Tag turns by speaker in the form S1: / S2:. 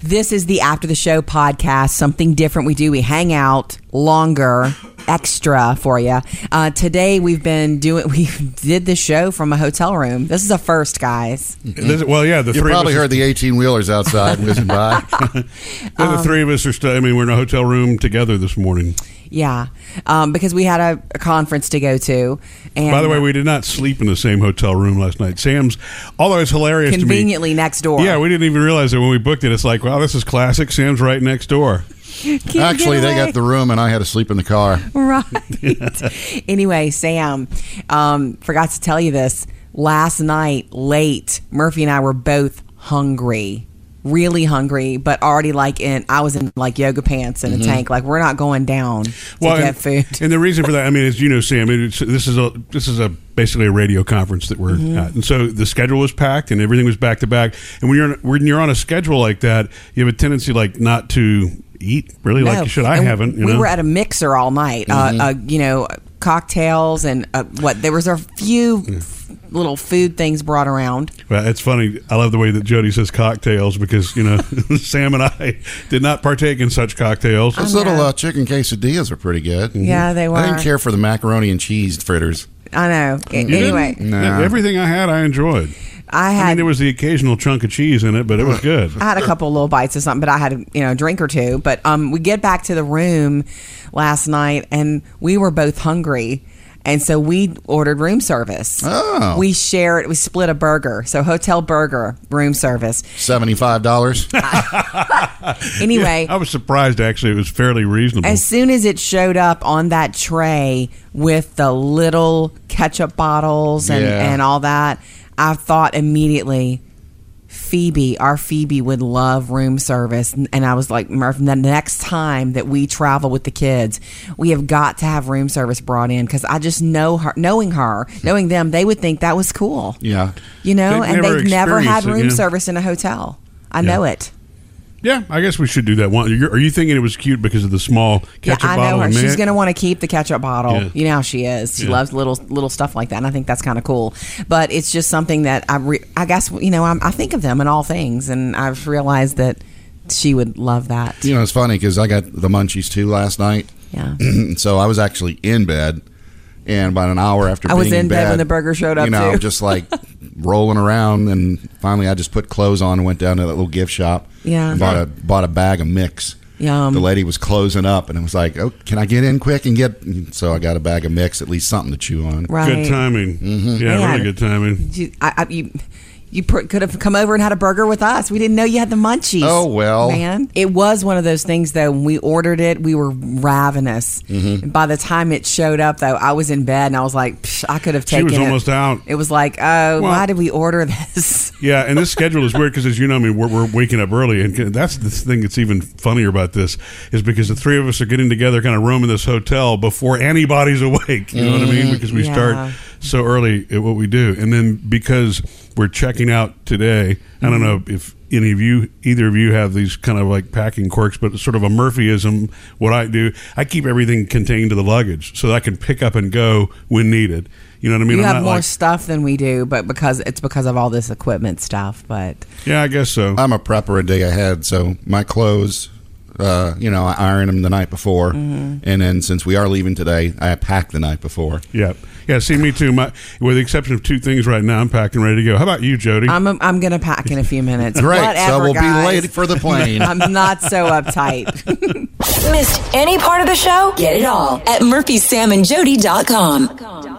S1: This is the after the show podcast, something different we do. We hang out longer, extra for you. Uh, today we've been doing, we did the show from a hotel room. This is a first, guys.
S2: This- well, yeah, the
S3: You
S2: three
S3: probably
S2: of us
S3: heard the 18 wheelers outside whizzing by.
S2: the three
S1: um,
S2: of us are. St- I mean, we're in a hotel room together this morning.
S1: Yeah. Um, because we had a, a conference to go to. And uh,
S2: By the way, we did not sleep in the same hotel room last night. Sam's, although it's hilarious to me.
S1: conveniently next door.
S2: Yeah, we didn't even realize it when we booked it. It's like, wow, this is classic. Sam's right next door.
S1: Can't get
S3: Actually, they
S1: away.
S3: got the room, and I had to sleep in the car.
S1: right. anyway, Sam, um, forgot to tell you this. Last night, late, Murphy and I were both hungry, really hungry, but already like in, I was in like yoga pants and a tank. Like, we're not going down to get
S2: Mm-hmm. and,
S1: food.
S2: and the reason for that, I mean, as you know, Sam, it's, this is a this is a basically a radio conference that we're
S1: Mm-hmm.
S2: at, and so the schedule was packed and everything was back to back. And when you're on- when you're on a schedule like that, you have a tendency like not to eat really
S1: No.
S2: like you should. I
S1: Oh, And
S2: haven't. You
S1: we
S2: know? Mm-hmm.
S1: were at a mixer all night. Uh, uh, you know, cocktails and uh, what? There was a few
S2: Mm.
S1: f- little food things brought around.
S2: Well, it's funny. I love the way that Jody says cocktails because you know Sam and I did not partake in such cocktails.
S3: Those little uh, chicken quesadillas were pretty good. Mm-hmm.
S1: Yeah, they
S3: I
S1: were.
S3: didn't care for the macaroni and cheese fritters.
S1: I know. A-
S2: You didn't?
S1: Anyway,
S3: No.
S2: everything I had, I enjoyed.
S1: I
S2: Mm-hmm. I mean,
S1: had
S2: there was the occasional chunk of cheese in it, but it was good.
S1: I had a couple little bites of something, but I had you know a drink or two. But um, we get back to the room last night, and we were both hungry, and so we ordered room service.
S3: Oh.
S1: we shared. We split a burger, so hotel burger, room service.
S3: $75.
S1: Anyway,
S2: I was surprised actually; it was fairly reasonable.
S1: as soon as it showed up on that tray with the little ketchup bottles and,
S3: Yeah.
S1: and all that, I thought immediately, Phoebe, our Phoebe would love room service. And and I was like, Murph, the next time that we travel with the kids, we have got to have room service brought in because I just know her, knowing her, knowing them, they would think that was cool.
S3: yeah.
S1: You know,
S2: They've
S1: and
S2: never
S1: they've never had
S2: experienced it,
S1: room
S2: yeah.
S1: service in a hotel. I
S2: Yeah.
S1: know it.
S2: yeah, I guess we should do that one. You're, are you thinking it was cute because of the small ketchup
S1: yeah, I
S2: bottle?
S1: know her.
S2: and
S1: She's
S2: man-
S1: going to want to keep the ketchup bottle.
S2: Yeah.
S1: You know how she is. She
S2: Yeah.
S1: loves little little stuff like that, and I think that's kind of cool. But it's just something that I re- I guess you know I'm, I think of them in all things, and I've realized that she would love that.
S3: You know, it's funny because I got the munchies too last night.
S1: Yeah.
S3: so I was actually in bed. And about an hour after
S1: I was
S3: being
S1: in bed when the burger showed up,
S3: You know,
S1: too.
S3: just like rolling around. And finally, I just put clothes on and went down to that little gift shop.
S1: Yeah.
S3: And bought, a, bought a bag of mix.
S1: Yum.
S3: The lady was closing up, and I was like, "Oh, can I get in quick and get?" So I got a bag of mix, at least something to chew on.
S1: Right.
S2: Good timing. Yeah,
S1: Man.
S2: really good timing.
S1: You, I, I, you, you pr- could have come over and had a burger with us. We didn't know you had the munchies.
S3: Oh, well.
S1: man, it was one of those things though. When we ordered it, we were ravenous.
S2: Mm-hmm.
S1: And By the time it showed up, though, I was in bed and I was like, Psh, I could have
S2: She
S1: taken.
S2: was
S1: it.
S2: almost out.
S1: It was like, oh,
S2: Well-
S1: why did we order this?
S2: Yeah, and this schedule is weird because, as you know, I mean, we're, we're waking up early, and that's the thing that's even funnier about this is because the three of us are getting together, kind of rooming this hotel before anybody's awake. You know what I mean? Because we
S1: Mm, Yeah.
S2: start so early at what we do, and then because we're checking out today, I don't know if any of you, either of you, have these kind of like packing quirks, but it's sort of a Murphyism. What I do, I keep everything contained to the luggage so that I can pick up and go when needed. You know what I mean?
S1: you
S2: I'm
S1: have
S2: not
S1: more
S2: like-
S1: stuff than we do, but because it's because of all this equipment stuff. But
S2: yeah, I guess so.
S3: I'm a prepper a day ahead, so my clothes, uh, you know, I iron them the night before,
S1: Mm-hmm.
S3: and then since we are leaving today, I pack the night before.
S2: Yeah, yeah. See, me too. My, with the exception of two things right now, I'm packed and ready to go. How about you, Jody?
S1: I'm I'm gonna pack in a few minutes.
S3: Great, so
S1: Whatever,
S3: we'll
S1: guys.
S3: be late for the plane.
S1: I'm not so uptight.
S4: Missed any part of the show? Get it all at murphysamandjody.com.